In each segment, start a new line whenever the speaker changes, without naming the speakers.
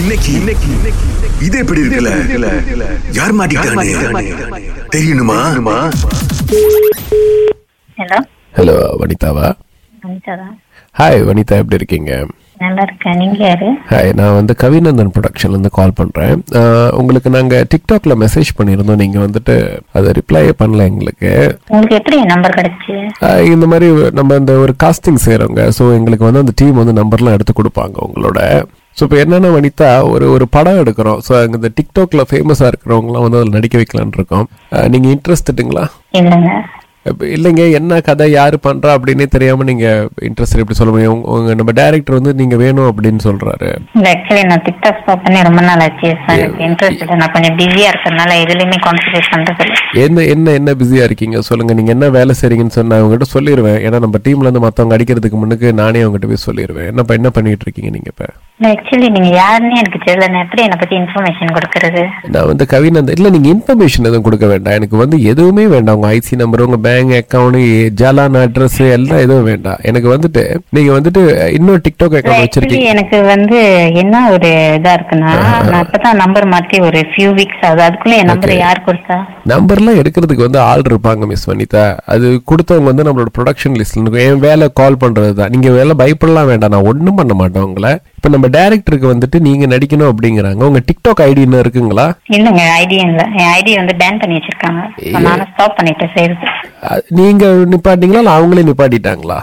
இன்னைக்கு இன்னைக்கு இது எப்படி இருக்குல்ல யார் மாட்டிக்கிட்டானே தெரியணுமா
ஹலோ
ஹலோ வனிதாவா
அனிதாதா
ஹாய் வனிதா எப்படி இருக்கீங்க
நல்லா இருக்கேன் நீங்க யாரு
ஹாய் நான் வந்து கவிநந்தன் ப்ரொடக்ஷன்லேருந்து கால் பண்ணுறேன் உங்களுக்கு நாங்கள் டிக்டாக்ல மெசேஜ் பண்ணியிருந்தோம் நீங்கள் வந்துட்டு அதை ரிப்ளையே பண்ணல எங்களுக்கு
உங்களுக்கு எப்படி என் நம்பர் கிடைச்சு
ஆஹ் இந்த மாதிரி நம்ம இந்த ஒரு காஸ்டிங் செய்கிறோங்க ஸோ எங்களுக்கு வந்து அந்த டீம் வந்து நம்பர்லாம் எடுத்து கொடுப்பாங்க உங்களோட ஸோ இப்போ என்னென்ன வனிதா ஒரு ஒரு படம் எடுக்கிறோம் ஸோ அங்கே இந்த டிக்டாக்ல ஃபேமஸாக இருக்கிறவங்களாம் வந்து அதில் நடிக்க வைக்கலான்னு இருக்கோம் நீங்கள் இன்ட்ரெஸ்ட்டுங்களா
இல்லைங்க
இப்ப இல்லைங்க என்ன கதை யாரு பண்றா அப்படின்னே தெரியாம நீங்க இன்ட்ரெஸ்ட் எப்படி சொல்ல முடியும் உங்க- உங்க நம்ம டைரக்டர் வந்து நீங்க வேணும் அப்படின்னு சொல்றாரு
இல்ல ஆக்சுவலி நான் டிக்டாக் ஸ்டாப் பண்ணி ரொம்ப நாள் ஆச்சு சார் எனக்கு இன்ட்ரெஸ்ட் இல்லை நான் கொஞ்சம் பிஸியா இருக்கறதுனால எதுலயுமே கான்சன்ட்ரேட் பண்றது இல்லை
என்ன என்ன என்ன பிஸியா இருக்கீங்க சொல்லுங்க நீங்க என்ன வேலை செய்றீங்கன்னு சொன்னா அவங்ககிட்ட சொல்லிடுவேன் ஏன்னா நம்ம டீம்ல இருந்து மத்தவங்க அடிக்கிறதுக்கு முன்னுக்கு நானே அவங்ககிட்ட போய் சொல்லிடுவேன் என்ன ப- என்ன பண்ணிட்டு இருக்கீங்க நீங்க இப்ப
இல்ல ஆக்சுவலி நீங்க யாருன்னு எனக்கு தெரியல நான் எப்படி என்னை பத்தி இன்ஃபர்மேஷன் கொடுக்கறது
நான் வந்து கவிநந்தன் இல்ல நீங்க இன்ஃபர்மேஷன் எதுவும் கொடுக்க வேண்டாம் எனக்கு வந்து எதுவுமே வேண்டாம் உங்க ஐசி நம்பர் உங்க பேங்க் அக்கௌண்ட் ஜலான் அட்ரஸ் எல்லாம் எதுவும் வேண்டாம் எனக்கு வந்துட்டு நீங்க வந்துட்டு இன்னொரு டிக்டாக் அக்கௌண்ட் வச்சிருக்கீங்க
ஆக்சுவலி எனக்கு வந்து என்ன ஒரு இதா இருக்குன்னா நான் இப்பதான் நம்பர் மாத்தி ஒரு ஃபியூ வீக்ஸ் ஆகுது அதுக்குள்ள என் நம்பர் யார் கொடுத்தா
நம்பர்லாம் எடுக்கிறதுக்கு வந்து ஆள் இருப்பாங்க மிஸ் வனிதா அது கொடுத்தவங்க வந்து நம்மளோட ப்ரொடக்ஷன் லிஸ்ட்ல இருக்கும் என் வேலை கால் பண்றது தான் நீங்க வேலை பயப்படலாம் வேண்டாம் நான் ஒன்றும் பண்ண மாட்டேன் உங்களை இப்போ நம்ம டேரக்டருக்கு வந்துட்டு நீங்க நடிக்கணும் அப்படிங்கிறாங்க உங்க டிக்டாக் ஐடி என்ன இருக்குங்களா
இல்லைங்க ஐடி இல்ல என் ஐடி வந்து பேன் பண்ணி வச்சிருக்காங்க So, நானும் ஸ்டாப் பண்ணிட்டேன் செய்யறது
அஹ் நீங்க நிப்பாட்டிங்களா இல்லை அவங்களே நிப்பாட்டிட்டாங்களா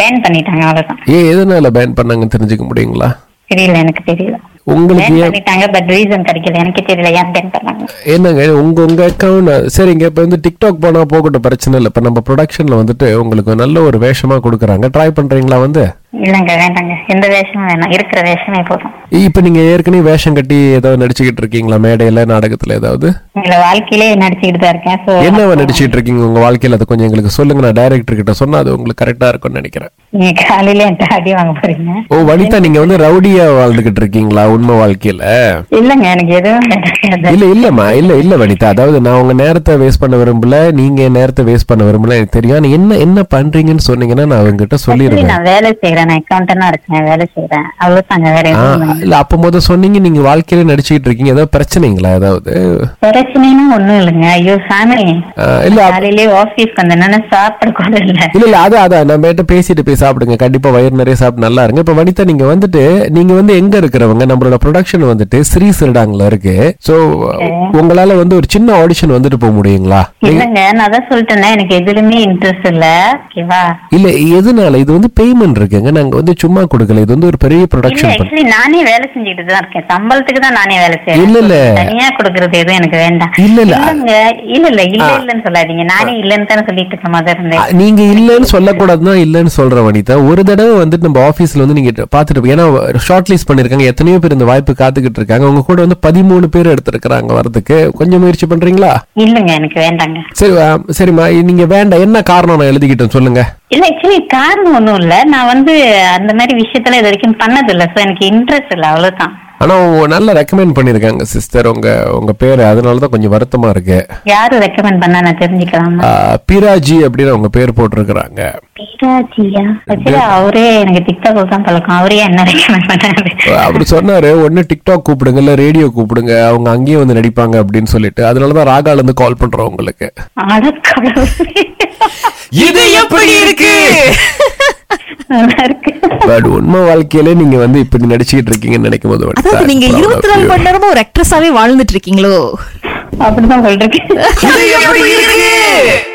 பேன் பண்ணிட்டாங்க அவ்வளவுதான்
ஏன் எதனால பேன் பண்ணாங்கன்னு தெரிஞ்சுக்க முடியுங்களா
தெரியல எனக்கு தெரியல
உங்களுக்கு
பேன்
ஏன்
பண்ணிட்டாங்க பட் ரீசன் கிடைக்கல எனக்கு தெரியல ஏன் பேன் பண்ணாங்க
என்னங்க உங்க உங்க அக்கௌண்ட் சரிங்க இப்போ வந்து டிக்டாக் போனா போகட்டும் பிரச்சனை இல்லை இப்போ நம்ம ப்ரொடக்ஷன்ல வந்துட்டு உங்களுக்கு நல்ல ஒரு வேஷமா கொடுக்குறாங்க ட்ரை பண்றீங்களா வந்து
இல்லைங்க வேண்டாங்க எந்த வேஷமும் வேணாம் இருக்கிற வேஷமே போதும்
இப்ப நீங்க ஏற்கனவே வேஷம் கட்டி ஏதாவது நடிச்சுக்கிட்டு இருக்கீங்களா மேடையில நாடகத்துல ஏதாவது
இல்ல வாழ்க்கையிலே நடிச்சுக்கிட்டு தான் இருக்கேன் சோ
என்னவா நடிச்சிட்டு இருக்கீங்க உங்க வாழ்க்கையில அதை கொஞ்சம் எங்களுக்கு சொல்லுங்க நான் டைரக்டர் கிட்ட சொன்னா அது உங்களுக்கு கரெக்டா இருக்கும்னு நினைக்கிறேன்
நீங்க காலையில என்கிட்ட அடி வாங்க போறீங்க
ஓ வனிதா நீங்க வந்து ரவுடியா வாழ்ந்துகிட்டு இருக்கீங்களா உண்மை வாழ்க்கையில
இல்லைங்க எனக்கு எதுவும் கிடைக்காது
இல்ல இல்லம்மா இல்ல இல்ல வனிதா அதாவது நான் உங்க நேரத்தை வேஸ்ட் பண்ண விரும்பல நீங்க என் நேரத்தை வேஸ்ட் பண்ண விரும்பல எனக்கு தெரியும் ஆனா என்ன என்ன பண்றீங்கன்னு சொன்னீங்கன்னா நான் அவங்ககிட்ட
Actually,
சொல்லிடுவேன்
நான் வேலை செய்யறேன் நான் அக்கௌண்டனா இருக்கேன் வேலை செய்யறேன் அவ்வளவுதாங்க வேற
ஆ,
எதுவும் இல்லை.
இல்ல அப்ப முத சொன்னீங்க நீங்க வாழ்க்கையில நடிச்சுக்கிட்டு இருக்கீங்க ஏதாவது பிரச்சனைங்களா ஏதாவது
பிரச்சனைன்னு ஒண்ணும் இல்லைங்க ஐயோ ஃபேமிலி
ஆ, இல்ல அப்ப-
காலையிலே ஆபீஸ் வந்தேன்னா சாப்பிட கூட இல்ல
இல்ல இல்ல அதான் அதான் நம்ம கிட்ட பேசிட்டு போய் சாப்பிடுங்க கண்டிப்பா வயிறு நிறைய சாப்பிட்டு நல்லா இருங்க இப்ப வனிதா நீங்க வந்துட்டு நீங்க வந்து எங்க இருக்கிறவங்க நம்மளோட ப்ரொடக்ஷன் வந்துட்டு ஸ்ரீ சிறுடாங்கல இருக்கு சோ உங்களால வந்து ஒரு சின்ன ஆடிஷன் வந்துட்டு போக முடியுங்களா
இல்லைங்க நான் அதான் சொல்லிட்டேன்னா எனக்கு எதுலயுமே இன்ட்ரெஸ்ட் இல்ல ஓகேவா
இல்ல எதனால இது வந்து பேமெண்ட் இருக்குங்க நாங்க வந்து சும்மா கொடுக்கல இது வந்து ஒரு பெரிய
இல்ல
ப்ரொடக்ஷன்
ஆக்சுவலி நானே வேலை செஞ்சுட்டு தான் இருக்கேன் சம்பளத்துக்கு தான் நானே வேலை
இல்ல, இல்ல.
செய்யறேன் தனியா கொடுக்கறது எதுவும் எனக்கு வேண்டாம்
இல்ல, இல்ல.
இல்லங்க இல்ல இல்ல இல்ல இல்லன்னு சொல்லாதீங்க நானே இல்லன்னு தானே சொல்லிட்டு இருக்க மாதிரி இருந்தேன்
நீங்க இல்லன்னு சொல்லக்கூடாதுன்னா இல்லன்னு சொல்ற வனிதா ஒரு தடவை வந்துட்டு நம்ம ஆபீஸ்ல வந்து நீங்க பாத்துட்டு இருப்பீங்க. ஏன்னா ஷார்ட் லிஸ்ட் பண்ணிருக்காங்க எத்தனையோ பேர் இந்த வாய்ப்பு காத்துக்கிட்டு இருக்காங்க உங்க கூட வந்து பதிமூணு பேர் எடுத்திருக்கிறாங்க வரதுக்கு கொஞ்சம் முயற்சி பண்றீங்களா
இல்லங்க எனக்கு வேண்டாங்க
சரி ஆ, சரிம்மா நீங்க வேண்டாம் என்ன காரணம் நான் எழுதிக்கிட்டேன் சொல்லுங்க
இல்ல ஆக்சுவலி காரணம் ஒண்ணும் இல்ல நான் வந்து அந்த மாதிரி விஷயத்துல இது வரைக்கும் பண்ணது இல்ல சோ எனக்கு இன்ட்ரெஸ்ட் இல்ல அவ்வளவுதான்
ஆனா உங்க நல்லா ரெக்கமெண்ட் பண்ணிருக்காங்க சிஸ்டர் உங்க உங்க பேரு அதனால தான் கொஞ்சம் வருத்தமா இருக்கு
யாரு ரெக்கமெண்ட் பண்ணா நான் தெரிஞ்சுக்கலாமா
ஆ, பிராஜி அப்படின்னு அவங்க பேர் போட்டிருக்கிறாங்க
பீராஜியா ஆக்சுவலி அவரே எனக்கு டிக்டாக் தான் பழக்கம் அவரே என்ன ரெக்கமெண்ட் பண்ணாரு
அவர் சொன்னாரு ஒன்னு டிக்டாக் கூப்பிடுங்க இல்ல ரேடியோ கூப்பிடுங்க அவங்க அங்கேயே வந்து நடிப்பாங்க அப்படின்னு சொல்லிட்டு அதனால தான் ராகால இருந்து கால் பண்றோம் உங்களுக்கு
அடக்கடவுளே.
இது எப்படி இருக்கு
நல்லா இருக்கு
பட் உண்மை வாழ்க்கையில நீங்க வந்து இப்படி நடிச்சுக்கிட்டு இருக்கீங்கன்னு நினைக்கும் போது
அதாவது நீங்க இருபத்தி நாலு மணி நேரமும் ஒரு ஆக்ட்ரஸாவே வாழ்ந்துட்டு இருக்கீங்களோ
அப்படிதான் சொல்றேன்
நேரம்